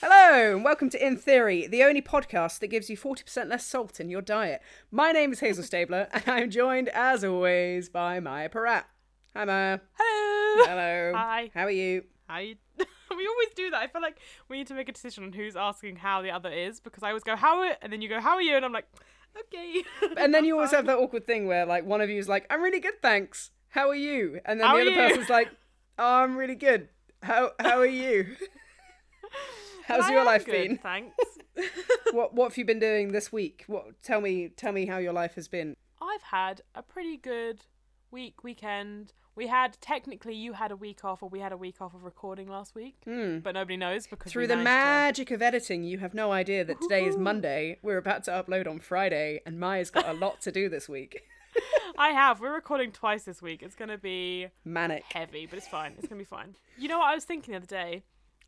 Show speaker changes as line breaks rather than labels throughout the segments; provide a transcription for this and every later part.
Hello, and welcome to In Theory, the only podcast that gives you 40% less salt in your diet. My name is Hazel Stabler, and I'm joined, as always, by Maya Parat. Hi, Maya.
Hello.
Hello.
Hi.
How are you?
I. we always do that. I feel like we need to make a decision on who's asking how the other is because I always go how are and then you go how are you and I'm like okay.
And then you always have that awkward thing where, like, one of you is like, I'm really good, thanks. How are you? And then
How
the
are
other
you?
person's like, oh, I'm really good. How, how are you? How's
I
your
am
life
good,
been?
Thanks.
What what have you been doing this week? What tell me tell me how your life has been.
I've had a pretty good week weekend. We had technically you had a week off or we had a week off of recording last week, but nobody knows because
Hmm.
we
Through the
managed
magic of editing, you have no idea that today is Monday. We're about to upload on Friday, and Maya's got a lot to do this week.
to- I have. We're recording twice this week. It's gonna be
Manic.
heavy, but it's fine. It's gonna be fine. You know what I was thinking the other day?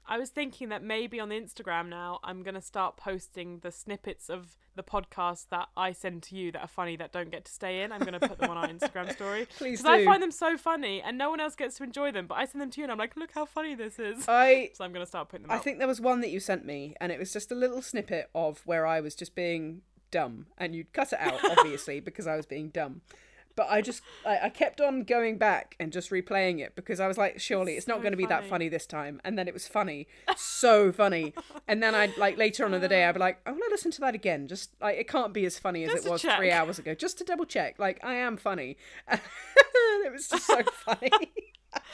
I was thinking that maybe on the Instagram now I'm gonna start posting the snippets of the podcast that I send to you that are funny that don't get to stay in. I'm gonna put them on our Instagram story.
Please
Because I
do.
find them so funny and no one else gets to enjoy them, but I send them to you and I'm like, look how funny this is.
I
so I'm gonna start putting them
Oh. I
out.
think there was one that you sent me, and it was just a little snippet of where I was just being dumb, and you'd cut it out obviously because I was being dumb. But I just I, I kept on going back and just replaying it because I was like, surely it's not
so
going to be that
funny.
funny this time. And then it was funny, so funny. And then I would like later on in the day I'd be like, I want to listen to that again. Just like it can't be as funny as
Just
it
to
was
check.
three hours ago, just to double check. Like I am funny. And it was just so funny.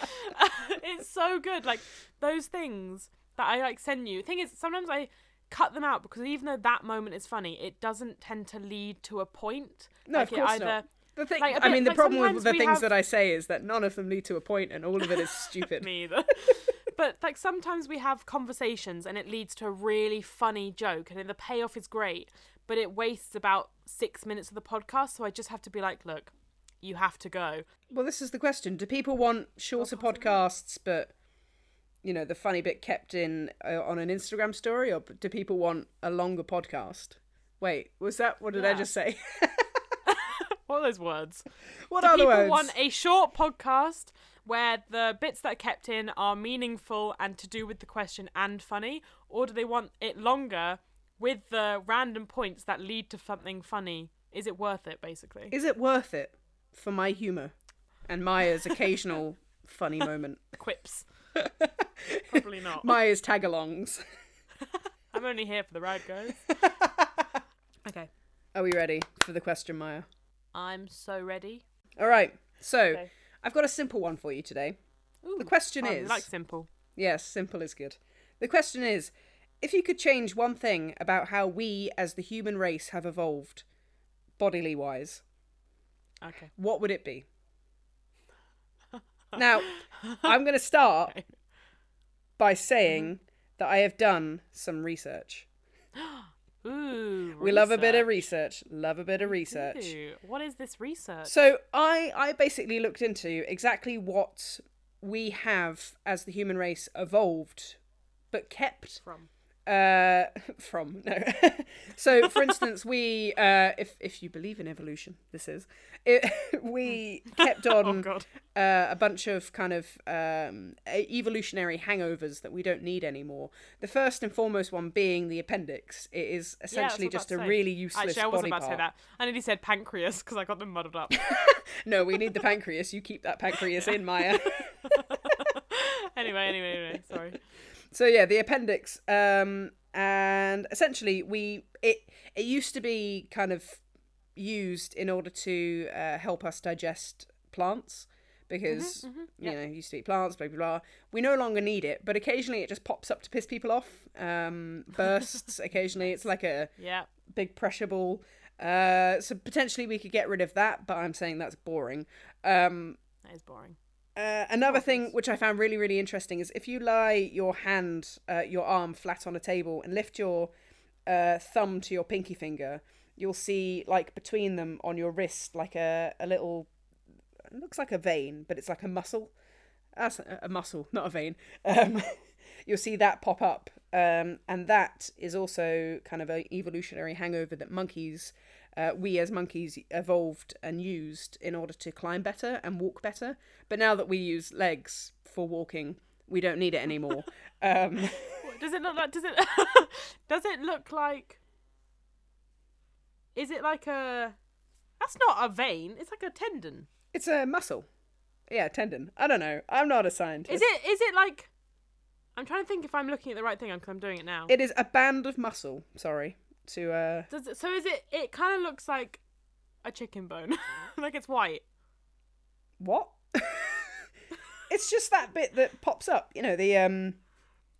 it's so good. Like those things that I like send you. Thing is, sometimes I cut them out because even though that moment is funny, it doesn't tend to lead to a point.
No,
like
of course
it either
not. The thing,
like, a
I
bit-
mean, the
like,
problem with
sometimes
the
we
things
have-
that I say is that none of them lead to a point, and all of it is stupid.
me either. but like sometimes we have conversations and it leads to a really funny joke and the payoff is great, but it wastes about six minutes of the podcast. So I just have to be like, look, you have to go.
Well, this is the question: Do people want shorter podcasts, but you know, the funny bit kept in uh, on an Instagram story, or do people want a longer podcast? Wait, was that what did I
Yeah.
just say?
What are those words?
what
Do
are the
people
words?
want a short podcast where the bits that are kept in are meaningful and to do with the question and funny, or do they want it longer with the random points that lead to something funny? Is it worth it, basically?
Is it worth it for my humour and Maya's occasional funny moment?
Quips. Probably not.
Maya's tagalongs.
I'm only here for the ride, guys. okay.
Are we ready for the question, Maya?
I'm so ready.
All right. So,
Okay.
I've got a simple one for you today.
Ooh,
The question
fun.
is
Oh, like simple.
Yes, simple is good. The question is if you could change one thing about how we as the human race have evolved bodily wise,
Okay.
what would it be? now, I'm going to start by
Mm-hmm.
saying that I have done some research.
Ooh.
We love a bit of research. Love a bit of research.
Ooh, What is this research?
So I I basically looked into exactly what we have as the human race evolved but kept
from?
uh from no so for instance we uh if if you believe in evolution this is it, we kept
Oh
on
God.
uh, a bunch of kind of um, e- evolutionary hangovers that we don't need anymore. The first and foremost one being the appendix. It is
Yeah, that's
essentially
what I was
just a
about to say.
really useless
Actually, I was
body
about
part.
to say that. I nearly said pancreas because I got them muddled up.
No, we need the pancreas. You keep that pancreas in, Maya.
anyway, anyway, anyway. Sorry.
So yeah, the appendix, um, and essentially we it it used to be kind of used in order to uh, help us digest plants because you know used to eat plants, blah blah blah. We no longer need it, but occasionally it just pops up to piss people off. Um, bursts occasionally. It's like a
Yeah.
big pressure ball. Uh, so potentially we could get rid of that, but I'm saying that's boring. Um,
That is boring.
uh, another thing which I found really, really interesting is if you lie your hand, uh, your arm flat on a table and lift your uh, thumb to your pinky finger, you'll see like between them on your wrist, like a, a little, it looks like a vein, but it's like a muscle. That's a a muscle, not a vein. Um, you'll see that pop up. Um, and that is also kind of an evolutionary hangover that monkeys, uh, we as monkeys, evolved and used in order to climb better and walk better. But now that we use legs for walking, we don't need it anymore. um,
What, Does it look like? Does it? does it look like? Is it like a? That's not a vein. It's like a tendon.
It's a muscle. Yeah, tendon. I don't know. I'm not a scientist.
Is it? Is it like? I'm trying to think if I'm looking at the right thing because I'm doing it now.
It is a band of muscle. Sorry to uh.
Does it, so is it? It kind of looks like a chicken bone, like it's white.
What? it's just that bit that pops up. You know the um.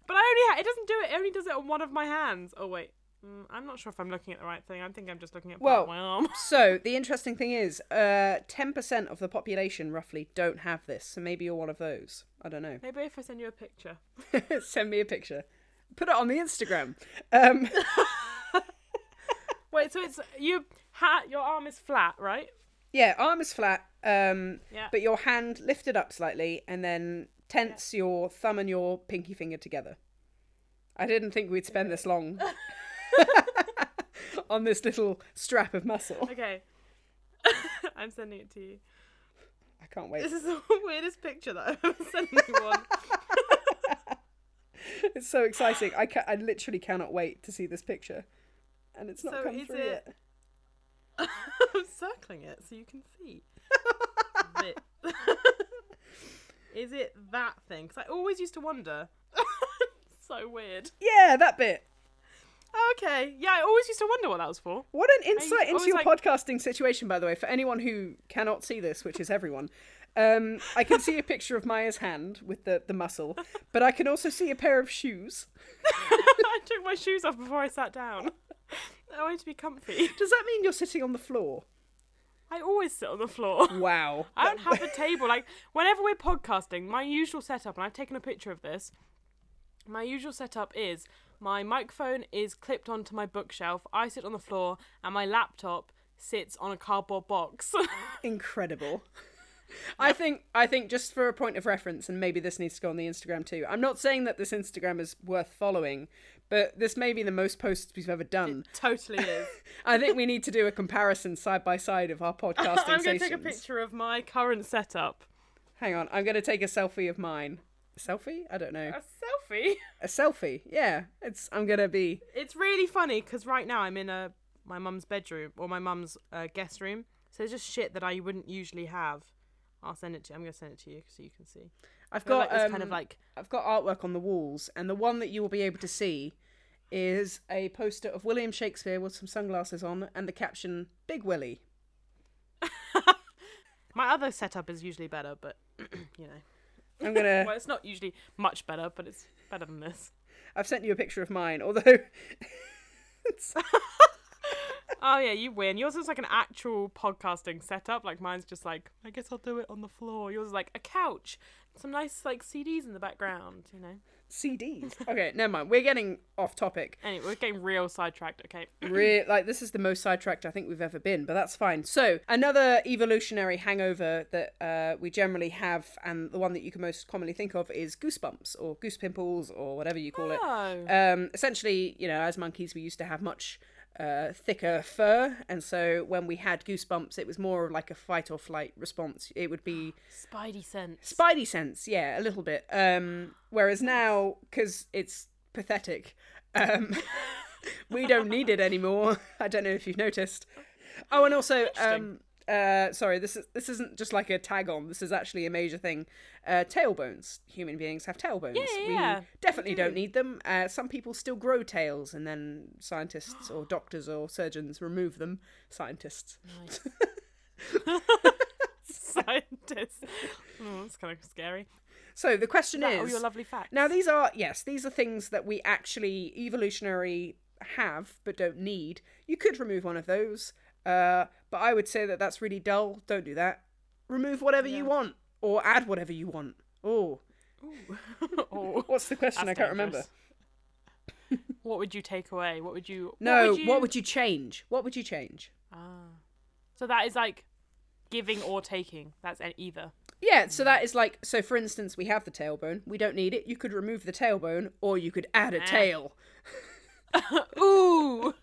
But I only ha- it doesn't do it. It only does it on one of my hands. Oh wait, mm, I'm not sure if I'm looking at the right thing. I think I'm just looking at part
Well-
of my arm.
So the interesting thing is, uh, ten percent of the population roughly don't have this. So maybe you're one of those. I don't know.
Maybe if I send you a picture.
Send me a picture. Put it on the Instagram. Um,
Wait, so it's you. Ha- your arm is flat, right?
yeah, arm is flat, um,
Yeah.
but your hand lifted up slightly, and then tense your thumb and your pinky finger together. I didn't think we'd spend this long on this little strap of muscle.
Okay. I'm sending it to you.
I can't wait.
This is the weirdest picture that I've ever sent anyone.
It's so exciting. I ca- I literally cannot wait to see this picture, and it's not
So
come
is
through
it-
yet.
I'm circling it so you can see. Thi- is it that thing? Because I always used to wonder. so weird.
Yeah, that bit.
Okay. Yeah, I always used to wonder what that was for.
What an insight
always
into your
like-
podcasting situation, by the way, for anyone who cannot see this, which is everyone. Um, I can see a picture of Maya's hand with the, the muscle, but I can also see a pair of shoes.
I took my shoes off before I sat down. I wanted to be comfy.
Does that mean you're sitting on the floor?
I always sit on the floor.
Wow.
I don't have a table. Like whenever we're podcasting, my usual setup, and I've taken a picture of this. My usual setup is my microphone is clipped onto my bookshelf. I sit on the floor, and my laptop sits on a cardboard box.
Incredible. I think I think just for a point of reference, and maybe this needs to go on the Instagram too. I'm not saying that this Instagram is worth following, but this may be the most posts we've ever done.
totally is.
I think we need to do a comparison side by side of our podcasting.
I'm going to take a
stations.
picture of my current setup.
Hang on, I'm going to take a selfie of mine. Selfie? I don't know.
A selfie.
A selfie. Yeah, it's. I'm going to be.
It's really funny because right now I'm in a my mum's bedroom or my mum's uh, guest room. So there's just shit that I wouldn't usually have. I'll send it to. I'm going to send it to you so you can see.
I've got
Got like this
um,
kind of like
I've got artwork on the walls, and the one that you will be able to see is a poster of William Shakespeare with some sunglasses on, and the caption "Big Willie."
My other setup is usually better, but you know,
I'm gonna.
well, it's not usually much better, but it's better than this.
I've sent you a picture of mine, although it's
Oh yeah, you win. Yours is like an actual podcasting setup. Like mine's just like, I guess I'll do it on the floor. Yours is like a couch, some nice like CDs in the background. You know.
CDs. Okay, never mind. We're getting off topic.
Anyway, we're getting real sidetracked. Okay.
Re- like this is the most sidetracked I think we've ever been, but that's fine. So another evolutionary hangover that uh, we generally have, and the one that you can most commonly think of is goosebumps or goose pimples or whatever you call it.
Oh.
Um, essentially, you know, as monkeys, we used to have much uh, thicker fur, and so when we had goosebumps, it was more of like a fight or flight response. It would be
Spidey sense.
spidey sense yeah a little bit um whereas now because it's pathetic um we don't need it anymore i don't know if you've noticed oh and also um uh, sorry, this is this isn't just like a tag on. This is actually a major thing. Uh, tailbones. Human beings have tailbones.
Yeah, yeah,
We definitely don't need them. Uh, some people still grow tails, and then scientists or doctors or surgeons remove them. Scientists.
Nice. Scientist. Oh, that's kind of scary.
So the question
That,
is,
oh, your lovely fact.
Now, these are, yes, these are things that we actually evolutionary have but don't need. You could remove one of those, uh, but I would say that that's really dull. Don't do that. Remove whatever you want or add whatever you want. Oh,
oh,
what's the question?
that's
I can't remember.
dangerous. what would you take away? What would you?
No,
What would you?
change? What would you change?
Ah. So that is like giving or taking. That's an either.
Yeah, so that is like, so for instance, we have the tailbone. We don't need it. You could remove the tailbone or you could add a tail.
Ooh.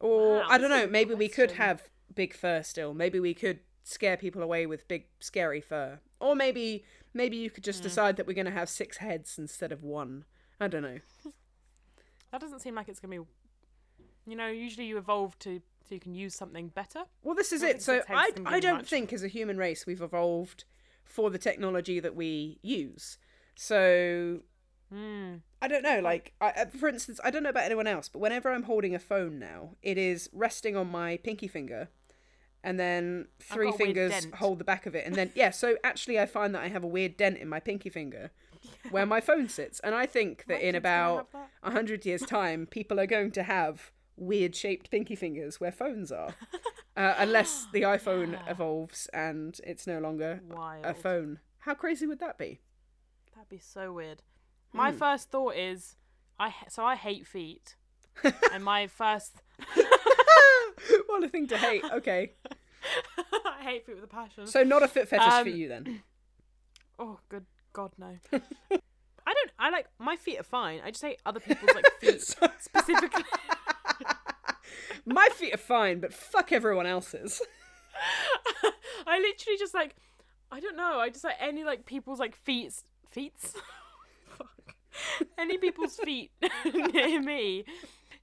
Or
Wow,
I don't
that's a
know,
good
maybe we could
question.
have big fur still. Maybe we could scare people away with big
Hmm.
scary fur. Or maybe maybe you could just decide that we're going to have six heads instead of one I don't know.
That doesn't seem like it's gonna be. You know, usually you evolve to so you can use something better.
Well, this is
I don't
it.
think
So
the
I,
text can
I
do
don't
much.
think as a human race we've evolved for the technology that we use. So
Mm.
I don't know. Like, I, I- for instance, I don't know about anyone else, but whenever I'm holding a phone now, it is resting on my pinky finger, and then three
got a weird
fingers
dent.
hold the back of it, and then yeah. So actually, I find that I have a weird dent in my pinky finger, where my phone sits, and I think that
My
in
kid's gonna
about
have that.
a hundred years' time, people are going to have weird shaped pinky fingers where phones are, uh, unless the iPhone evolves and it's no longer
Wild.
a phone. How crazy would that be?
That'd be so weird. My first thought is, I h- so I hate feet, and my first
what a thing to hate. Okay.
I hate feet with a passion.
So not a foot fetish
Um,
for you then.
oh, good God, no. I don't. I like my feet are fine. I just hate other people's like feet
So-
specifically.
my feet are fine, but fuck everyone else's.
I literally just like, I don't know. I just like any like people's like feet, feet. Fuck. Any people's feet near me,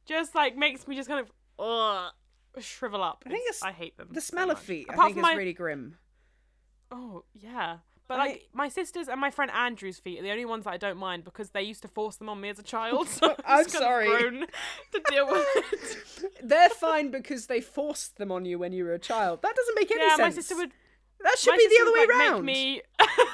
just like makes me just kind of ugh, shrivel up. I
think
it's,
the s-
I hate them.
The
so
smell of
much.
feet, I
Apart
think,
from
is
my,
really grim.
Oh yeah. But
I-
like my sisters and my friend Andrew's feet are the only ones that I don't mind because they used to force them on me as a child. So
I'm
just kind of
sorry.
grown to deal with it.
They're fine because they forced them on you when you were a child. That doesn't make any
yeah,
sense.
my sister would
That should
my
be the
sister
other way
would, like,
round.
Make me,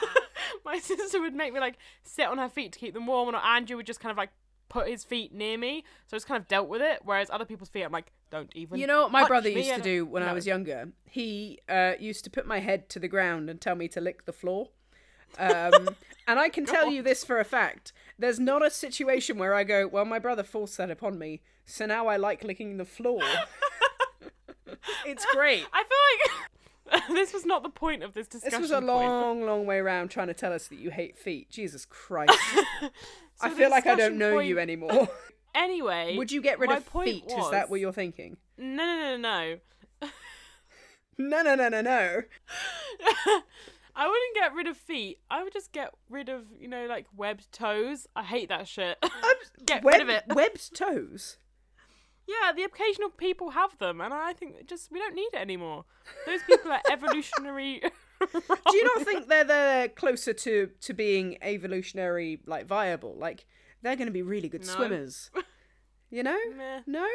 my sister would make me like sit on her feet to keep them warm, and Andrew would just kind of like put his feet near me, so I just kind of dealt with it. Whereas other people's feet, I'm like, don't even.
You know what my
touch
brother
me,
used
I
to
don't-
do when I
no.
was younger? He uh, used to put my head to the ground and tell me to lick the floor. Um, and I can tell you this for a fact. There's not a situation where I go, well, my brother forced that upon me, so now I like licking the floor. it's great.
I feel like this was not the point of this discussion.
This was a
Point.
long, long way around trying to tell us that you hate feet. Jesus Christ. I
the
feel like I don't
discussion
know you
point-
anymore.
Anyway,
Would you get rid
my
of
point
feet? Is that
was-
what you're thinking?
No, no, no, no.
No, no, no, no, no.
no. I wouldn't get rid of feet. I would just get rid of, you know, like webbed toes. I hate that shit. get rid of it.
Web- webbed toes.
Yeah, the occasional people have them, and I think that just we don't need it anymore. Those people are evolutionary.
do you not think they're they're closer to to being evolutionary like viable like they're going to be really good
No.
swimmers you know
Meh.
no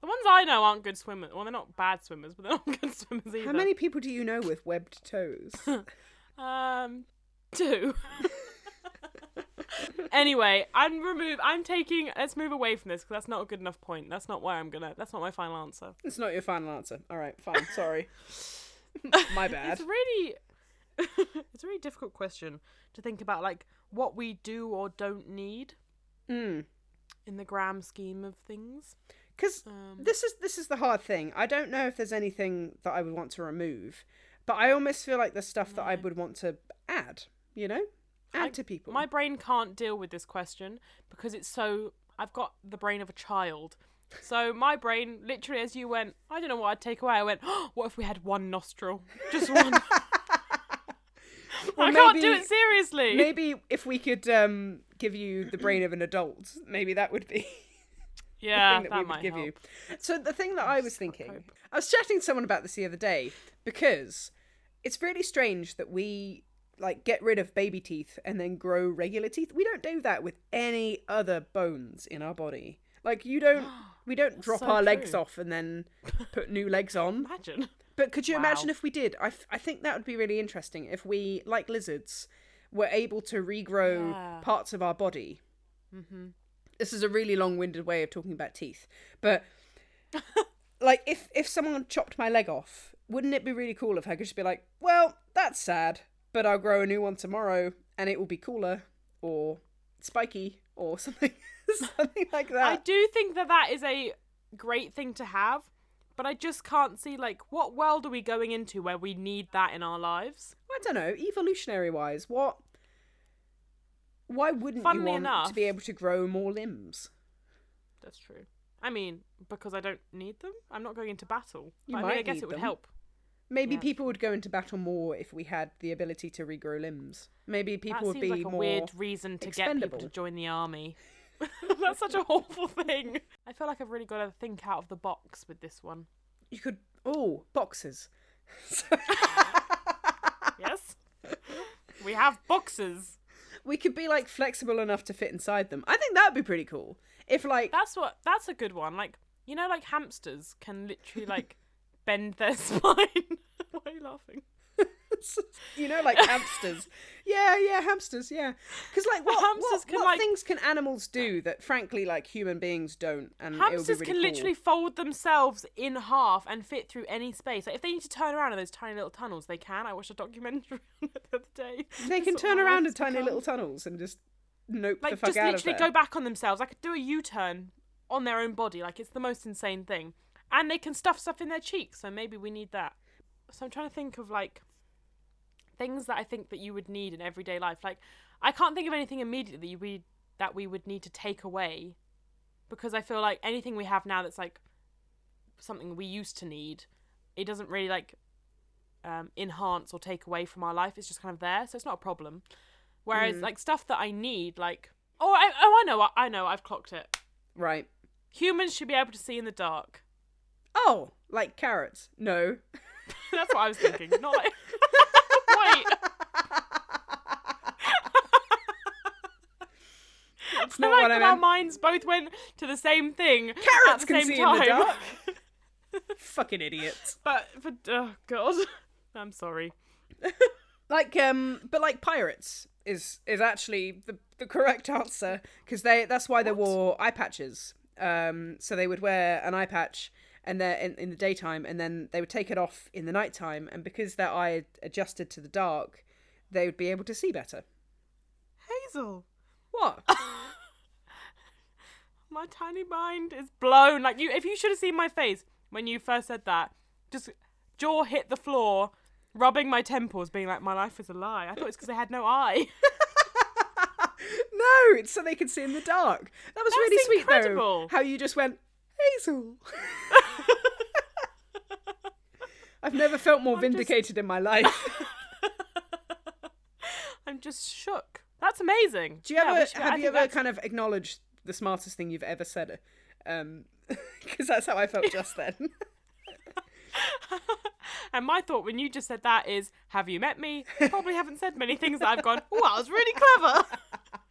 The ones I know aren't good swimmers. Well, they're not bad swimmers, but they're not good swimmers either.
how many people do you know with webbed toes
Um, two. anyway, I'm remove. I'm taking. Let's move away from this because that's not a good enough point. That's not why I'm gonna. That's not my final answer.
it's not your final answer all right fine sorry my bad
It's really. it's a really difficult question to think about, like what we do or don't need Hmm.
Mm.
in the grand scheme of things.
Because
Um,
this is this is the hard thing. I don't know if there's anything that I would want to remove, but I almost feel like there's stuff that I would want to add. You know, add to people.
My brain can't deal with this question because it's so. I've got the brain of a child. So my brain, literally, as you went, I don't know what I'd take away. I went, oh, what if we had one nostril, just one?
Well,
I can't do
maybe-
it seriously.
Maybe if we could um, give you the brain of an adult, maybe that would be
yeah,
thing that,
that,
we would
might
give
help.
you. So the thing that I was thinking,
hope.
I was chatting to someone about this the other day because it's really strange that we like get rid of baby teeth and then grow regular teeth. We don't do that with any other bones in our body. Like you don't, we don't drop
so
our legs
true.
off and then put new legs on.
Imagine.
But could you imagine
Wow.
if we did? I, f- I think that would be really interesting if we, like lizards, were able to regrow
Yeah. Mm-hmm.
parts of our body. This is a really long winded way of talking about teeth. But, like, if, if someone chopped my leg off, wouldn't it be really cool if I could just be like, well, that's sad, but I'll grow a new one tomorrow and it will be cooler or spiky or something, something like that?
I do think that that is a great thing to have, but I just can't see like what world are we going into where we need that in our lives?
I don't know, evolutionary wise, what? Why wouldn't you
Funnily
want to
enough-
be able to grow more limbs?
That's true. I mean, because I don't need them. I'm not going into battle.
You
but I
might
mean, I guess
need
it would
them.
help.
Maybe
Yeah,
people would go into battle more if we had the ability to regrow limbs. Maybe people
that
would
seems
be
like a
more.
weird reason to get people
expendable.
to join the army. That's such a awful thing. I feel like I've really got to think out of the box with this one.
You could oh boxes.
Yes? we have boxes.
we could be like flexible enough to fit inside them. I think that'd be pretty cool. If like
That's what that's a good one. Like, you know like hamsters can literally like bend their spine. Why are you laughing?
you know like hamsters. Yeah, yeah, hamsters, yeah. Cuz like what
Hamsters
what,
can,
what
like-
things can animals do that frankly like human beings don't and it would be
Hamsters
really
can
cool.
literally fold themselves in half and fit through any space. Like if they need to turn around in those tiny little tunnels, they can. I watched a documentary on it the other day.
they can
Sort of
turn
how
around in
hamsters
tiny
become-
little tunnels and just nope the
like
fuck
just
out
literally
of
go
there.
back on themselves. Like do a U-turn on their own body. Like it's the most insane thing. And they can stuff stuff in their cheeks, so maybe we need that. So I'm trying to think of like things that I think that you would need in everyday life. Like I can't think of anything immediately we that we would need to take away because I feel like anything we have now that's like something we used to need, it doesn't really like um, enhance or take away from our life. It's just kind of there, so it's not a problem. Whereas like stuff that I need, like oh I oh I know I, I know I've clocked it.
Right.
Humans should be able to see in the dark.
Oh, like carrots. No.
That's what I was thinking. Not like wait.
That's not
I like
what I
that our
meant.
minds both went to the same thing
Carrots
at the
can
same
see
time.
in the dark. Fucking idiots.
but for oh god, I'm sorry.
Like um but like pirates is is actually the, the correct answer because they that's why they wore eye patches. Um so they would wear an eye patch and they in, in the daytime and then they would take it off in the nighttime and because their eye had adjusted to the dark they would be able to see better.
Hazel,
What?
my tiny mind is blown. Like you, if you should have seen my face when you first said that, just jaw hit the floor, rubbing my temples, being like, "My life is a lie." I thought it's because I had no eye.
No, it's so they can see in the dark. That was really sweet
incredible.
though. How you just went, Hazel. I've never felt more vindicated in my life.
I'm just shook. That's amazing.
Do you ever have you ever
that's,
kind of acknowledged the smartest thing you've ever said? Um, because that's how I felt just then.
and my thought when you just said that is, have you met me? Probably haven't said many things that I've gone. Oh, I was really clever.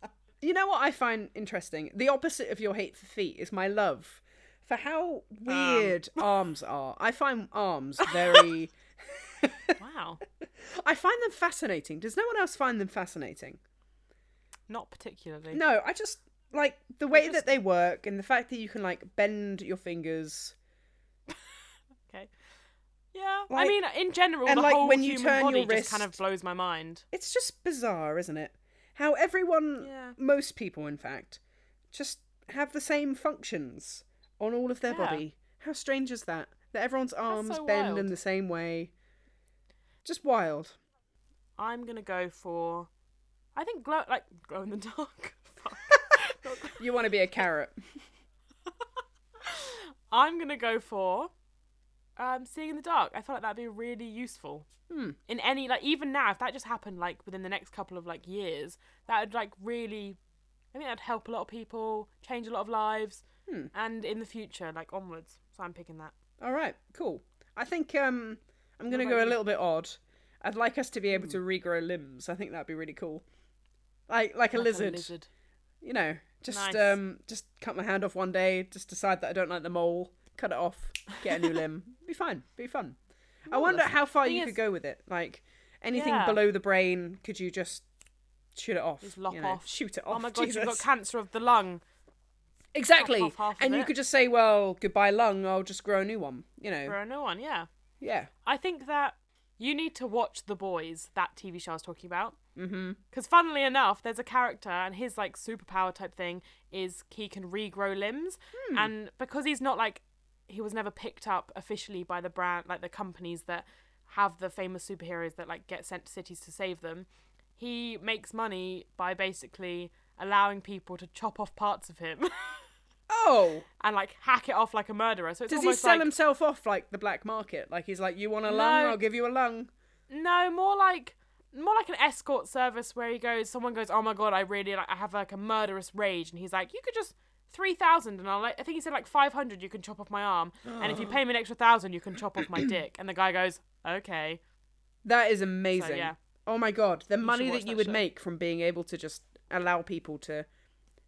you know what I find interesting? The opposite of your hate for feet is my love for how weird arms are. I find arms very.
wow,
I find them fascinating. Does no one else find them fascinating?
not particularly.
No, I just like the way
just-
that they work and the fact that you can like bend your fingers
Okay. Yeah. I
Like-
mean, in general,
and,
the
like,
whole
when you
human
turn
body
your
just kind of
wrist-
blows my mind.
it's just bizarre, isn't it? How everyone,
Yeah.
most people, in fact, just have the same functions on all of their
Yeah.
body. How strange is that? That everyone's arms
so
bend
wild.
in the same way. Just wild.
I'm gonna go for, I think glow like glow in the dark. Fuck.
You want to be a carrot.
I'm gonna go for, um, seeing in the dark. I feel like that'd be really useful.
Hmm.
In any like even now, if that just happened like within the next couple of like years, that would like really, I think that'd help a lot of people, change a lot of lives,
Hmm.
and in the future like onwards. So I'm picking that.
All right, cool. I think um, I'm going to
about
go a
you?
little bit odd. I'd like us to be
Hmm.
able to regrow limbs. I think that'd be really cool. Like like a,
Like
lizard. you know, just
Nice.
um, just cut my hand off one day, just decide that I don't like the mole, cut it off, get a new limb. Be fine, be fun. I wonder
that's-
how far
thing
you
is-
could go with it. Like anything
Yeah.
below the brain, could you just shoot it off?
Just lop
you know,
off.
Shoot it off.
Oh my god, you've got
Jesus.
cancer of the lung.
exactly.
off half of
and you
it.
could just say, well, goodbye lung. I'll just grow a new one. You know,
For a new one, yeah.
yeah.
I think that you need to watch The Boys, that TV show I was talking about.
Mm-hmm.
Because funnily enough, there's a character, and his like superpower type thing is he can regrow limbs,
Hmm.
and because he's not like he was never picked up officially by the brand, like the companies that have the famous superheroes that like get sent to cities to save them. He makes money by basically allowing people to chop off parts of him
Oh,
and like hack it off like a murderer. So it's
does he
almost
sell
like,
himself off like the black market? Like he's like, you want a lung?
No.
I'll give you a lung.
No, more like more like an escort service where he goes, someone goes, oh my god, I really like, I have like a murderous rage, and he's like, you could just three thousand, and I'll like, I think he said like five hundred, you can chop off my arm, and if you pay me an extra thousand, you can chop off my dick, and the guy goes, okay,
That is amazing.
yeah.
Oh my god, the money
watch
that you
that
would
show.
make from being able to just allow people to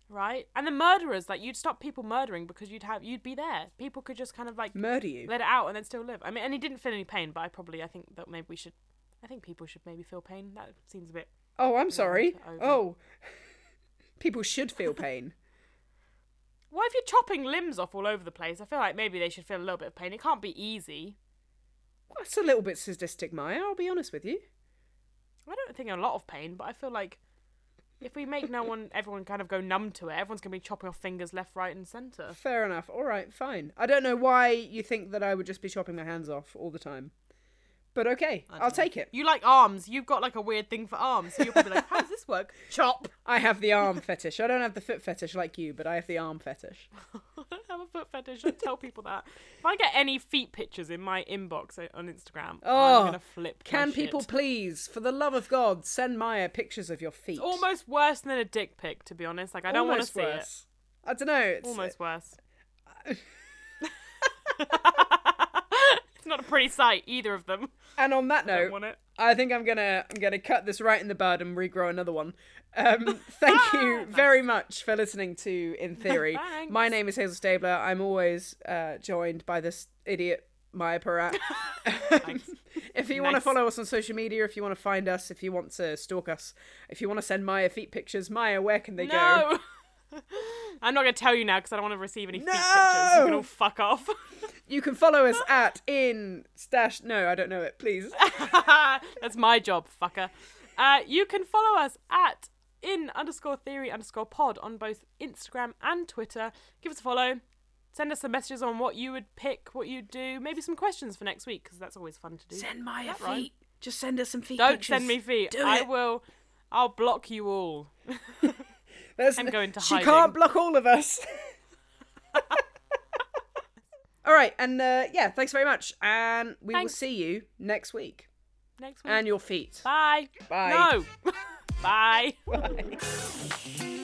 right? And the murderers, like, you'd stop people murdering because you'd have, you'd be there. People could just kind of like
murder you.
let it out and then still live. I mean, and he didn't feel any pain, but I probably, I think that maybe we should, I think people should maybe feel pain. That seems a bit.
Oh, I'm sorry.
over.
Oh. People should feel pain.
Well, if you're chopping limbs off all over the place, I feel like maybe they should feel a little bit of pain. It can't be easy.
That's a little bit sadistic, Maya, I'll be honest with you.
I don't think a lot of pain, but I feel like if we make no one, everyone kind of go numb to it, everyone's gonna be chopping off fingers left, right, and center.
Fair enough. All right, fine. I don't know why you think that I would just be chopping my hands off all the time. But okay, I'll take it.
You like arms? You've got like a weird thing for arms. So you're probably like, how does this work? Chop.
I have the arm fetish. I don't have the foot fetish like you, but I have the arm
Oh,
fetish.
I don't have a foot fetish. Don't tell people that. If I get any feet pictures in my inbox o- on Instagram,
Oh,
I'm gonna flip. my
Can
shit.
people please, for the love of God, send Maya pictures of your feet?
Almost worse than a dick pic, to be honest. Like I don't want to
Almost
see it.
worse. I don't know. It's,
Almost worse. it's not a pretty sight, either of them.
And on that
Don't
note,
want it.
I think I'm gonna I'm gonna cut this right in the bud and regrow another one. Um, thank you very much for listening to In Theory.
Ah! Thanks.
My name is Hazel Stabler. I'm always uh, joined by this idiot Maya Parat. if you want to
Nice.
follow us on social media, if you want to find us, if you want to stalk us, if you want to send Maya feet pictures, Maya, where can they go?
No! I'm not going to tell you now because I don't want to receive any feet pictures. You can
No!
all fuck off.
You can follow us at in stash. No, I don't know it. Please.
That's my job, fucker. Uh, you can follow us at in underscore theory underscore pod on both Instagram and Twitter. Give us a follow. Send us some messages on what you would pick, what you'd do, maybe some questions for next week because that's always fun to do.
Send Maya feet.
right?
Just send us some feet.
Don't
pictures.
send me feet.
Do
I
it.
will. I'll block you all.
There's
I'm
n-
going to
She
hiding.
can't block all of us. all right, and uh, yeah, thanks very much, and we
Thanks.
will see you next week.
Next week.
And your feet.
Bye.
Bye.
No. Bye.
Bye.